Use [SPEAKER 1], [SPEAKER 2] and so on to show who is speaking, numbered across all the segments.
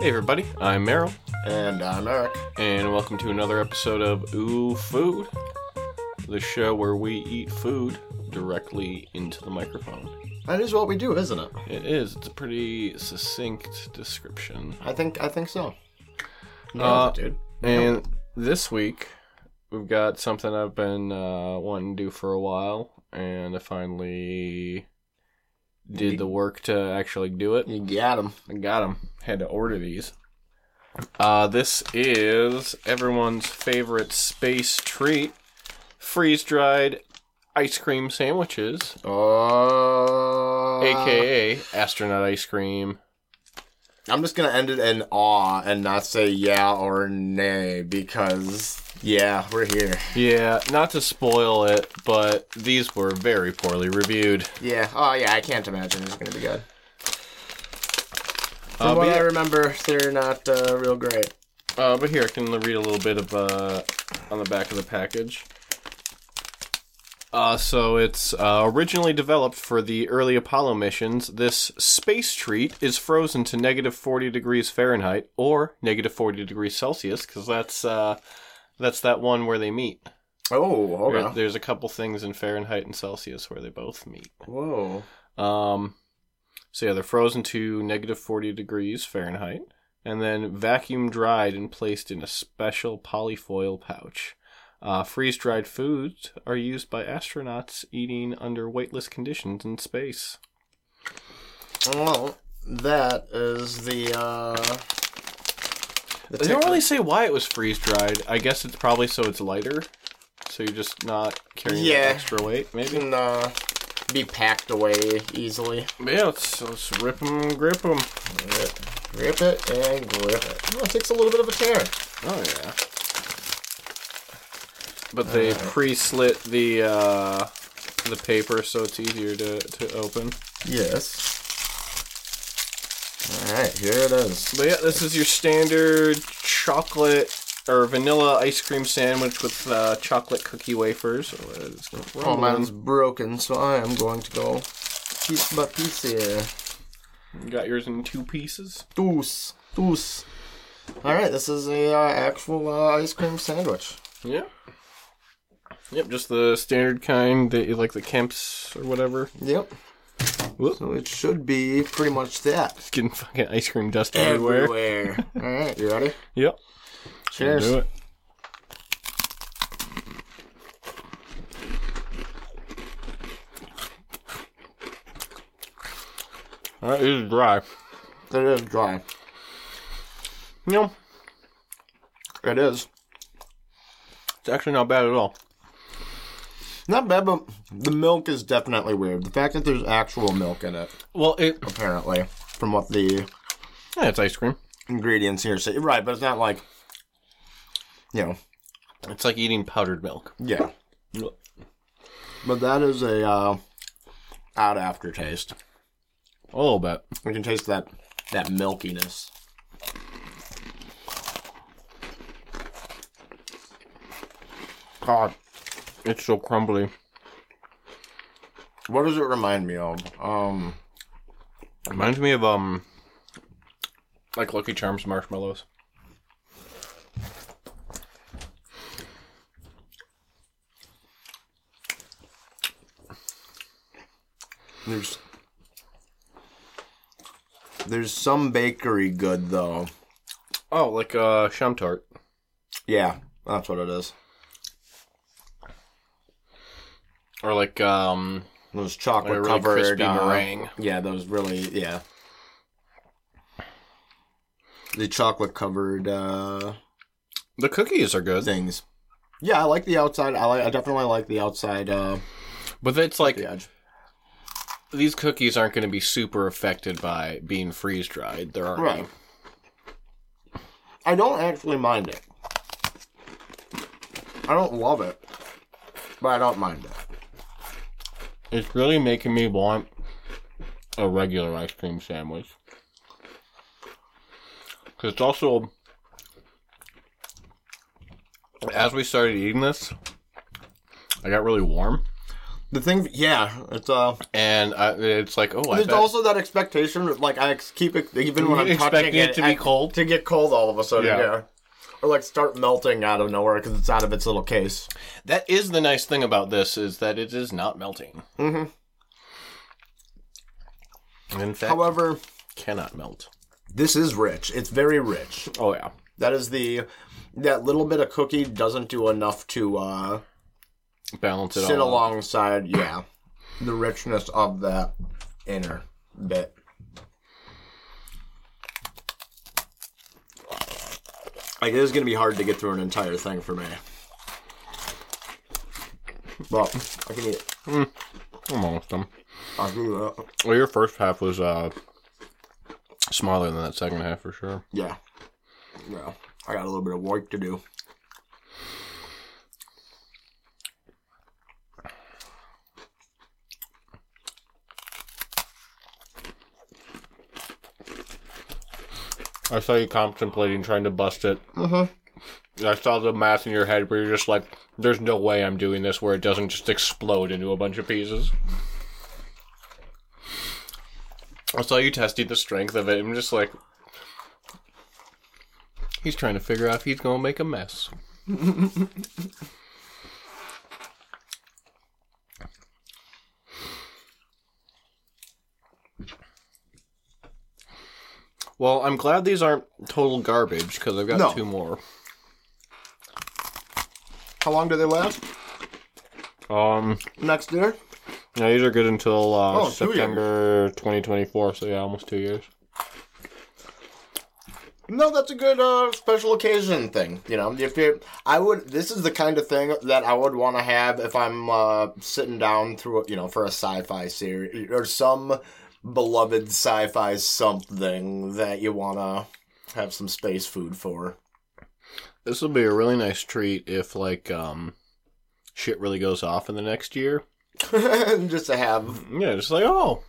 [SPEAKER 1] Hey everybody, I'm Merrill,
[SPEAKER 2] And uh, I'm Eric.
[SPEAKER 1] and welcome to another episode of Ooh Food, the show where we eat food directly into the microphone.
[SPEAKER 2] That is what we do, isn't it?
[SPEAKER 1] It is. It's a pretty succinct description.
[SPEAKER 2] I think I think so.
[SPEAKER 1] Uh,
[SPEAKER 2] Nailed it, dude.
[SPEAKER 1] And this week, we've got something I've been uh, wanting to do for a while, and I finally did the work to actually do it.
[SPEAKER 2] You got him.
[SPEAKER 1] I got them. Had to order these. Uh, this is everyone's favorite space treat: freeze-dried ice cream sandwiches,
[SPEAKER 2] Oh.
[SPEAKER 1] aka astronaut ice cream.
[SPEAKER 2] I'm just gonna end it in awe and not say yeah or nay because yeah, we're here.
[SPEAKER 1] Yeah, not to spoil it, but these were very poorly reviewed.
[SPEAKER 2] Yeah. Oh yeah. I can't imagine it's gonna be good. From
[SPEAKER 1] Uh, but,
[SPEAKER 2] what I
[SPEAKER 1] yeah,
[SPEAKER 2] remember, they're not uh, real great.
[SPEAKER 1] uh, but here I can read a little bit of uh, on the back of the package. Uh, so it's uh, originally developed for the early Apollo missions. This space treat is frozen to negative 40 degrees Fahrenheit or negative 40 degrees Celsius because that's uh, that's that one where they meet.
[SPEAKER 2] Oh.
[SPEAKER 1] There-
[SPEAKER 2] Okay.
[SPEAKER 1] There's a couple things in Fahrenheit and Celsius where they both meet.
[SPEAKER 2] Whoa.
[SPEAKER 1] Um, so yeah, they're frozen to negative 40 degrees Fahrenheit and then vacuum dried and placed in a special polyfoil pouch. Uh, Freeze dried foods are used by astronauts eating under weightless conditions in space.
[SPEAKER 2] Well, that is the. uh... The
[SPEAKER 1] They don't really say why it was freeze dried. I guess it's probably so it's lighter, so you're just not carrying that
[SPEAKER 2] Yeah.
[SPEAKER 1] extra weight. Maybe.
[SPEAKER 2] can uh, be packed away easily.
[SPEAKER 1] But yeah, let's, let's rip them, grip them.
[SPEAKER 2] Grip it and grip it. Oh, it takes a little bit of a tear.
[SPEAKER 1] Oh yeah. But they pre-slit the uh, the paper so it's easier to, to open.
[SPEAKER 2] Yes. All right, here it is.
[SPEAKER 1] But yeah, this is your standard chocolate or vanilla ice cream sandwich with uh, chocolate cookie wafers. Oh, it is
[SPEAKER 2] Oh, mine's
[SPEAKER 1] crumbling.
[SPEAKER 2] broken, so I am going to go piece by piece here.
[SPEAKER 1] You got yours in two pieces.
[SPEAKER 2] Deuce, deuce. All right, this is a uh, actual uh, ice cream sandwich.
[SPEAKER 1] Yeah. Yep, just the standard kind that you like the Kemps or whatever.
[SPEAKER 2] Yep.
[SPEAKER 1] Whoop.
[SPEAKER 2] So it should be pretty much that.
[SPEAKER 1] It's getting fucking ice cream dust everywhere.
[SPEAKER 2] Everywhere. All right, you ready?
[SPEAKER 1] Yep.
[SPEAKER 2] Cheers.
[SPEAKER 1] Do it. That is dry.
[SPEAKER 2] It is dry.
[SPEAKER 1] You know,
[SPEAKER 2] It is.
[SPEAKER 1] it's actually not bad at all.
[SPEAKER 2] Not bad, but the milk is definitely weird. The fact that there's actual milk in it,
[SPEAKER 1] Well, it
[SPEAKER 2] apparently, from what the
[SPEAKER 1] yeah, it's ice cream.
[SPEAKER 2] ingredients here say. Right, but it's not like, you know,
[SPEAKER 1] It's like eating powdered milk.
[SPEAKER 2] yeah. But that is a uh, odd aftertaste.
[SPEAKER 1] A little bit.
[SPEAKER 2] We can taste that that milkiness. God,
[SPEAKER 1] It's so crumbly.
[SPEAKER 2] what does it remind me of? Um,
[SPEAKER 1] Reminds me of um, like Lucky Charms marshmallows.
[SPEAKER 2] There's there's some bakery good though.
[SPEAKER 1] Oh, like uh, sham tart.
[SPEAKER 2] Yeah, that's what it is.
[SPEAKER 1] Or like um,
[SPEAKER 2] Those chocolate
[SPEAKER 1] Like a really
[SPEAKER 2] covered
[SPEAKER 1] crispy
[SPEAKER 2] uh,
[SPEAKER 1] meringue.
[SPEAKER 2] Yeah, those really yeah. The chocolate covered uh,
[SPEAKER 1] the cookies are good,
[SPEAKER 2] things. Yeah, I like the outside. I like. I definitely like the outside. Uh,
[SPEAKER 1] but it's like
[SPEAKER 2] the edge.
[SPEAKER 1] these cookies aren't going to be super affected by being freeze dried. There aren't.
[SPEAKER 2] Right. I don't actually mind it. I don't love it, but I don't mind it.
[SPEAKER 1] It's really making me want a regular ice cream sandwich. Because it's also. As we started eating this, I got really warm.
[SPEAKER 2] The thing, yeah, it's uh.
[SPEAKER 1] And I, it's like, oh, I
[SPEAKER 2] There's
[SPEAKER 1] bet.
[SPEAKER 2] also that expectation, of, like I ex- keep it even when
[SPEAKER 1] You
[SPEAKER 2] I'm
[SPEAKER 1] expect
[SPEAKER 2] touching
[SPEAKER 1] it
[SPEAKER 2] it
[SPEAKER 1] to be
[SPEAKER 2] I-
[SPEAKER 1] cold?
[SPEAKER 2] to get cold all of a sudden,
[SPEAKER 1] Yeah.
[SPEAKER 2] yeah, or like start melting out of nowhere because it's out of its little case.
[SPEAKER 1] that is the nice thing about this is that it is not melting.
[SPEAKER 2] Mhm.
[SPEAKER 1] In fact,
[SPEAKER 2] However,
[SPEAKER 1] cannot melt.
[SPEAKER 2] this is rich. It's very rich.
[SPEAKER 1] Oh yeah,
[SPEAKER 2] That is the that little bit of cookie doesn't do enough to uh,
[SPEAKER 1] balance it
[SPEAKER 2] sit
[SPEAKER 1] all. out.
[SPEAKER 2] alongside, yeah, the richness of that inner bit. Like it is gonna be hard to get through an entire thing for me. Well, I can eat it.
[SPEAKER 1] I'm almost done.
[SPEAKER 2] I'll do that.
[SPEAKER 1] Well, your first half was uh, smaller than that second half for sure.
[SPEAKER 2] Yeah. Yeah. I got a little bit of work to do.
[SPEAKER 1] I saw you contemplating trying to bust it. Mm-hmm. I saw the math in your head where you're just like, "There's no way I'm doing this where it doesn't just explode into a bunch of pieces." I saw you testing the strength of it. I'm just like, he's trying to figure out if he's gonna make a mess. Well, I'm glad these aren't total garbage because I've got
[SPEAKER 2] No.
[SPEAKER 1] two more.
[SPEAKER 2] How long do they last?
[SPEAKER 1] Um,
[SPEAKER 2] Next dinner?
[SPEAKER 1] yeah, these are good until uh,
[SPEAKER 2] Oh, two years.
[SPEAKER 1] September 2024. So yeah, almost two years.
[SPEAKER 2] No, that's a good uh, special occasion thing. You know, if you, I would. This is the kind of thing that I would want to have if I'm uh, sitting down through, you know, for a sci-fi series or some beloved sci-fi something that you want to have some space food for.
[SPEAKER 1] This will be a really nice treat if like um shit really goes off in the next year.
[SPEAKER 2] Just to have.
[SPEAKER 1] Yeah, just like oh.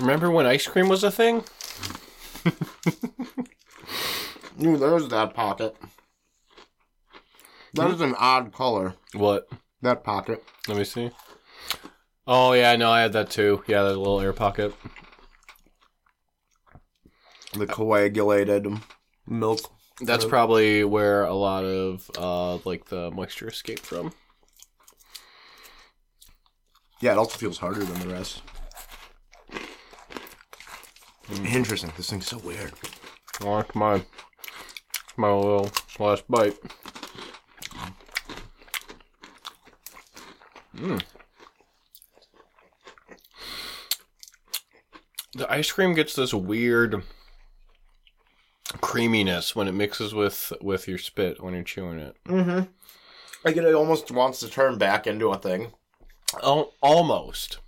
[SPEAKER 1] Remember when ice cream was a thing?
[SPEAKER 2] Ooh, there's that pocket. That is an odd color.
[SPEAKER 1] What?
[SPEAKER 2] That pocket.
[SPEAKER 1] Let me see. Oh yeah, no, I had that too. Yeah, that little air pocket.
[SPEAKER 2] The coagulated milk.
[SPEAKER 1] That's
[SPEAKER 2] Hello?
[SPEAKER 1] probably where a lot of uh like the moisture escaped from.
[SPEAKER 2] Yeah, it also feels harder than the rest. Hmm. Interesting. This thing's so weird.
[SPEAKER 1] Well, that's my my little last bite. Mm. The ice cream gets this weird creaminess when it mixes with with your spit when you're chewing it.
[SPEAKER 2] Mm-hmm. Like it almost wants to turn back into a thing,
[SPEAKER 1] Al- almost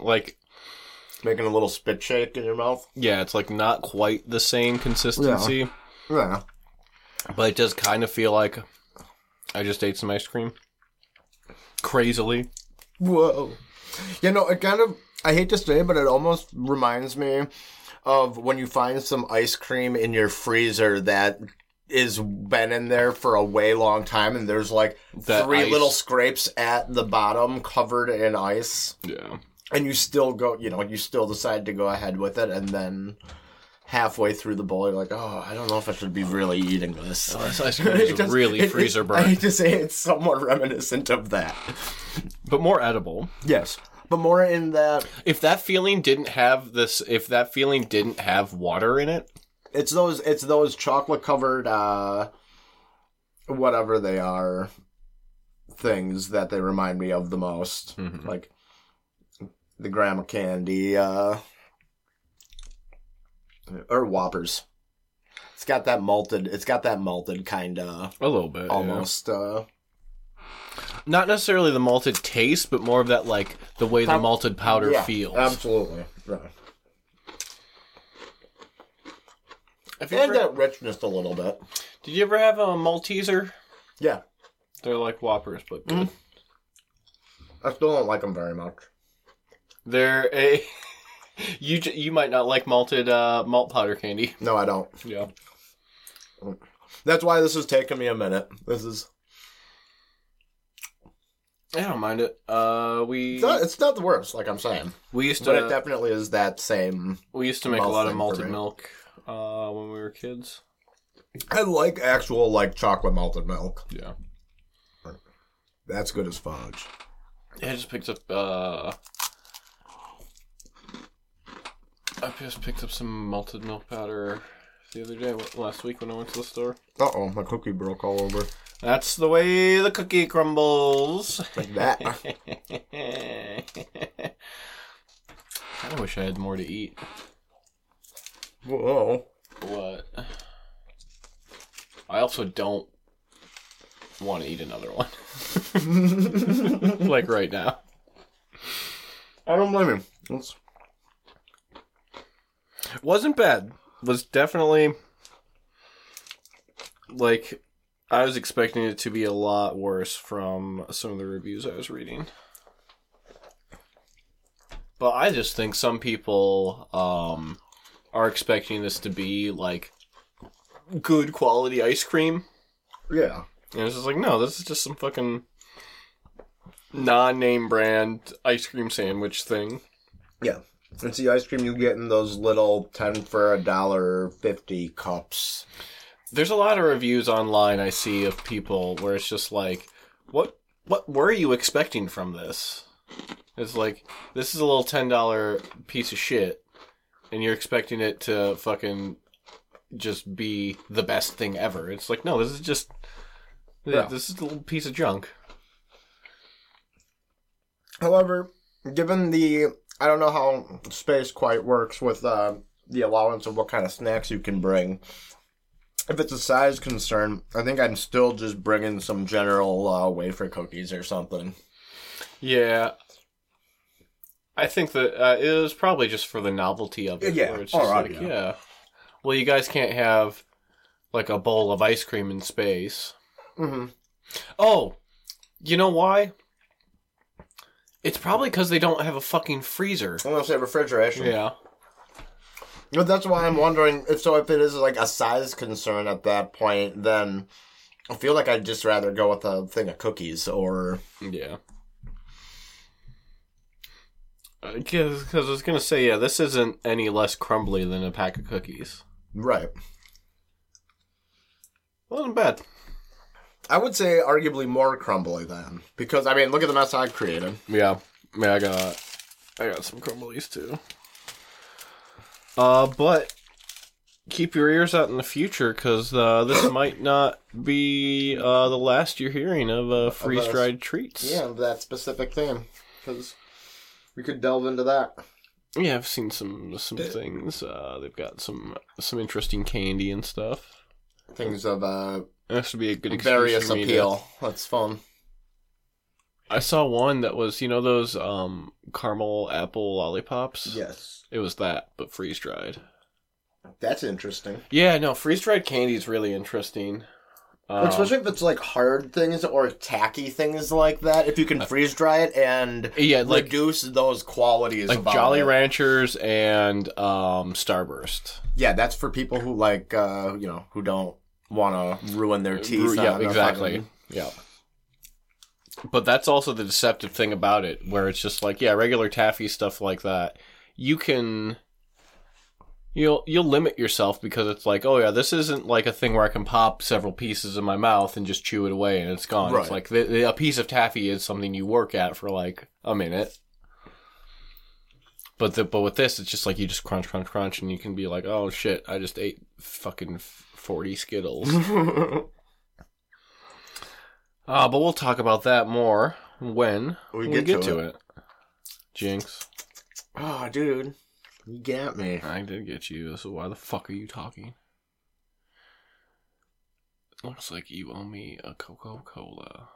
[SPEAKER 1] like
[SPEAKER 2] making a little spit shake in your mouth.
[SPEAKER 1] yeah, it's like not quite the same consistency,
[SPEAKER 2] Yeah.
[SPEAKER 1] but it does kind of feel like I just ate some ice cream crazily.
[SPEAKER 2] Whoa. You know, it kind of. I hate to say, it, but it almost reminds me of when you find some ice cream in your freezer that is been in there for a way long time, and there's like
[SPEAKER 1] That
[SPEAKER 2] three
[SPEAKER 1] ice.
[SPEAKER 2] little scrapes at the bottom covered in ice.
[SPEAKER 1] Yeah.
[SPEAKER 2] and you still go you know you still decide to go ahead with it and then halfway through the bowl you're like oh i don't know if i should be really eating this
[SPEAKER 1] This ice cream is
[SPEAKER 2] It does-
[SPEAKER 1] really
[SPEAKER 2] it- it-
[SPEAKER 1] freezer
[SPEAKER 2] i
[SPEAKER 1] burnt,
[SPEAKER 2] hate to say it's somewhat reminiscent of that
[SPEAKER 1] but more edible.
[SPEAKER 2] yes but more in that
[SPEAKER 1] If that feeling didn't have this, if that feeling didn't have water in it,
[SPEAKER 2] it's those it's those chocolate covered uh whatever they are things that they remind me of the most
[SPEAKER 1] Mhm.
[SPEAKER 2] like the grandma candy uh or whoppers it's got that malted it's got that malted kind of
[SPEAKER 1] a little bit, yeah.
[SPEAKER 2] almost uh
[SPEAKER 1] Not necessarily the malted taste, but more of that like the way the
[SPEAKER 2] Pow-
[SPEAKER 1] malted powder
[SPEAKER 2] yeah, Um,
[SPEAKER 1] feels.
[SPEAKER 2] absolutely yeah.
[SPEAKER 1] Have you
[SPEAKER 2] and
[SPEAKER 1] ever-
[SPEAKER 2] that richness a little bit
[SPEAKER 1] uh, did you ever have a Malteser?
[SPEAKER 2] yeah
[SPEAKER 1] They're like Whoppers, but good.
[SPEAKER 2] i still don't like them very much
[SPEAKER 1] They're a. You j- you might not like malted uh, malt powder candy.
[SPEAKER 2] no i don't
[SPEAKER 1] Yeah.
[SPEAKER 2] That's why this is taking me a minute. This is
[SPEAKER 1] I don't mind it. Uh, we
[SPEAKER 2] It's not, it's not the worst, like I'm saying,
[SPEAKER 1] we used
[SPEAKER 2] but
[SPEAKER 1] to
[SPEAKER 2] it definitely is that same.
[SPEAKER 1] we used to make a
[SPEAKER 2] malt
[SPEAKER 1] lot of
[SPEAKER 2] thing for
[SPEAKER 1] malted
[SPEAKER 2] me.
[SPEAKER 1] milk uh, when we were kids.
[SPEAKER 2] I like actual like chocolate malted milk.
[SPEAKER 1] Yeah,
[SPEAKER 2] That's good as fudge.
[SPEAKER 1] I just picked up. Uh, I just picked up some malted milk powder the other day, last week when I went to the store.
[SPEAKER 2] Uh oh, my cookie broke all over.
[SPEAKER 1] That's the way the cookie crumbles.
[SPEAKER 2] Like that.
[SPEAKER 1] kind of wish I had more to eat.
[SPEAKER 2] Whoa.
[SPEAKER 1] What? I also don't want to eat another one. like right now.
[SPEAKER 2] I don't blame him. It's-
[SPEAKER 1] Wasn't bad. Was definitely like I was expecting it to be a lot worse from some of the reviews I was reading. But I just think some people um are expecting this to be like good quality ice cream
[SPEAKER 2] yeah.
[SPEAKER 1] And it's just like, no, this is just some fucking non name brand ice cream sandwich thing.
[SPEAKER 2] It's the ice cream you get in those little ten for a dollar fifty cups.
[SPEAKER 1] There's a lot of reviews online I see of people where it's just like, what what were you expecting from this? It's like, this is a little ten dollar piece of shit and you're expecting it to fucking just be the best thing ever. It's like, no, this is just
[SPEAKER 2] Yeah.
[SPEAKER 1] this is a little piece of junk.
[SPEAKER 2] However, given the I don't know how space quite works with uh, the allowance of what kind of snacks you can bring. If it's a size concern, I think I'm still just bringing some general uh, wafer cookies or something.
[SPEAKER 1] Yeah. I think that uh, it was probably just for the novelty of it.
[SPEAKER 2] Yeah,
[SPEAKER 1] where it's
[SPEAKER 2] or
[SPEAKER 1] just like,
[SPEAKER 2] audio.
[SPEAKER 1] yeah. Well, you guys can't have like a bowl of ice cream in space.
[SPEAKER 2] Mm-hmm.
[SPEAKER 1] Oh, you know why? It's probably because they don't have a fucking freezer.
[SPEAKER 2] I'm gonna say refrigeration.
[SPEAKER 1] Yeah.
[SPEAKER 2] But that's why I'm wondering if so if it is like a size concern at that point, then I feel like I'd just rather go with a thing of cookies or
[SPEAKER 1] Yeah. Because I was going to say, yeah, this isn't any less crumbly than a pack of cookies.
[SPEAKER 2] right.
[SPEAKER 1] Wasn't bad.
[SPEAKER 2] I would say arguably more crumbly then. Because I mean look at the mess I created.
[SPEAKER 1] Yeah, yeah, I got, I got some crumblies too. Uh, but keep your ears out in the future because uh, this might not be uh, the last you're hearing of uh, freeze dried treats.
[SPEAKER 2] Yeah, that specific thing. Because we could delve into that.
[SPEAKER 1] yeah, I've seen some some things. Uh, they've got some some interesting candy and stuff.
[SPEAKER 2] Things of uh,
[SPEAKER 1] This would be a good excuse
[SPEAKER 2] various
[SPEAKER 1] for me to-
[SPEAKER 2] appeal. That's fun.
[SPEAKER 1] I saw one that was you know those um caramel apple lollipops.
[SPEAKER 2] Yes.
[SPEAKER 1] it was that but freeze dried.
[SPEAKER 2] That's interesting.
[SPEAKER 1] Yeah, no, freeze dried candy is really interesting. Um,
[SPEAKER 2] Especially if it's like hard things or tacky things like that. If you can freeze dry it and
[SPEAKER 1] Um, yeah, like
[SPEAKER 2] reduce those qualities.
[SPEAKER 1] like
[SPEAKER 2] about
[SPEAKER 1] Jolly
[SPEAKER 2] it.
[SPEAKER 1] Ranchers and um, Starburst.
[SPEAKER 2] Yeah, that's for people who like, uh, you know, who don't want to ruin their teeth.
[SPEAKER 1] Uh, yeah,
[SPEAKER 2] on a
[SPEAKER 1] exactly.
[SPEAKER 2] fucking-
[SPEAKER 1] Yeah. But that's also the deceptive thing about it, where it's just like, yeah, regular taffy stuff like that. You can you'll you'll limit yourself because it's like, oh yeah, this isn't like a thing where I can pop several pieces in my mouth and just chew it away and it's gone. It's
[SPEAKER 2] Right.
[SPEAKER 1] like the, the, a piece of taffy is something you work at for like a minute. But the, but with this, it's just like you just crunch, crunch, crunch, and you can be like, oh shit, I just ate fucking forty Skittles. Uh, but we'll talk about that more when
[SPEAKER 2] We
[SPEAKER 1] we,
[SPEAKER 2] get
[SPEAKER 1] get,
[SPEAKER 2] to
[SPEAKER 1] to, it. Jinx,
[SPEAKER 2] oh, dude, you got me.
[SPEAKER 1] I did get you, so why the fuck are you talking? Looks like you owe me a Coca Cola.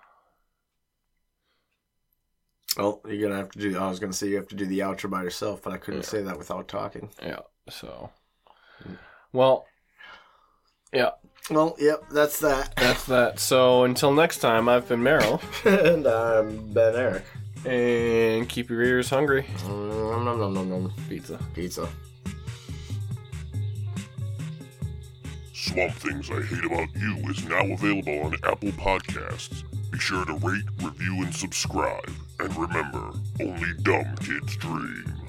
[SPEAKER 2] Oh, you're gonna have to do. I was gonna say you have to do the outro by yourself, but I couldn't say that without talking.
[SPEAKER 1] Yeah, so. Well,
[SPEAKER 2] Well, yep, that's that.
[SPEAKER 1] that's that. So until next time, I've been Meryl,
[SPEAKER 2] and I'm Ben Eric.
[SPEAKER 1] and keep your ears hungry.
[SPEAKER 2] Mm, Nom, nom, nom, nom, nom.
[SPEAKER 1] Pizza.
[SPEAKER 2] Pizza.
[SPEAKER 3] Swamp Things I Hate About You is now available on Apple Podcasts, Be sure to rate, review, and subscribe. And remember, only dumb kids dream.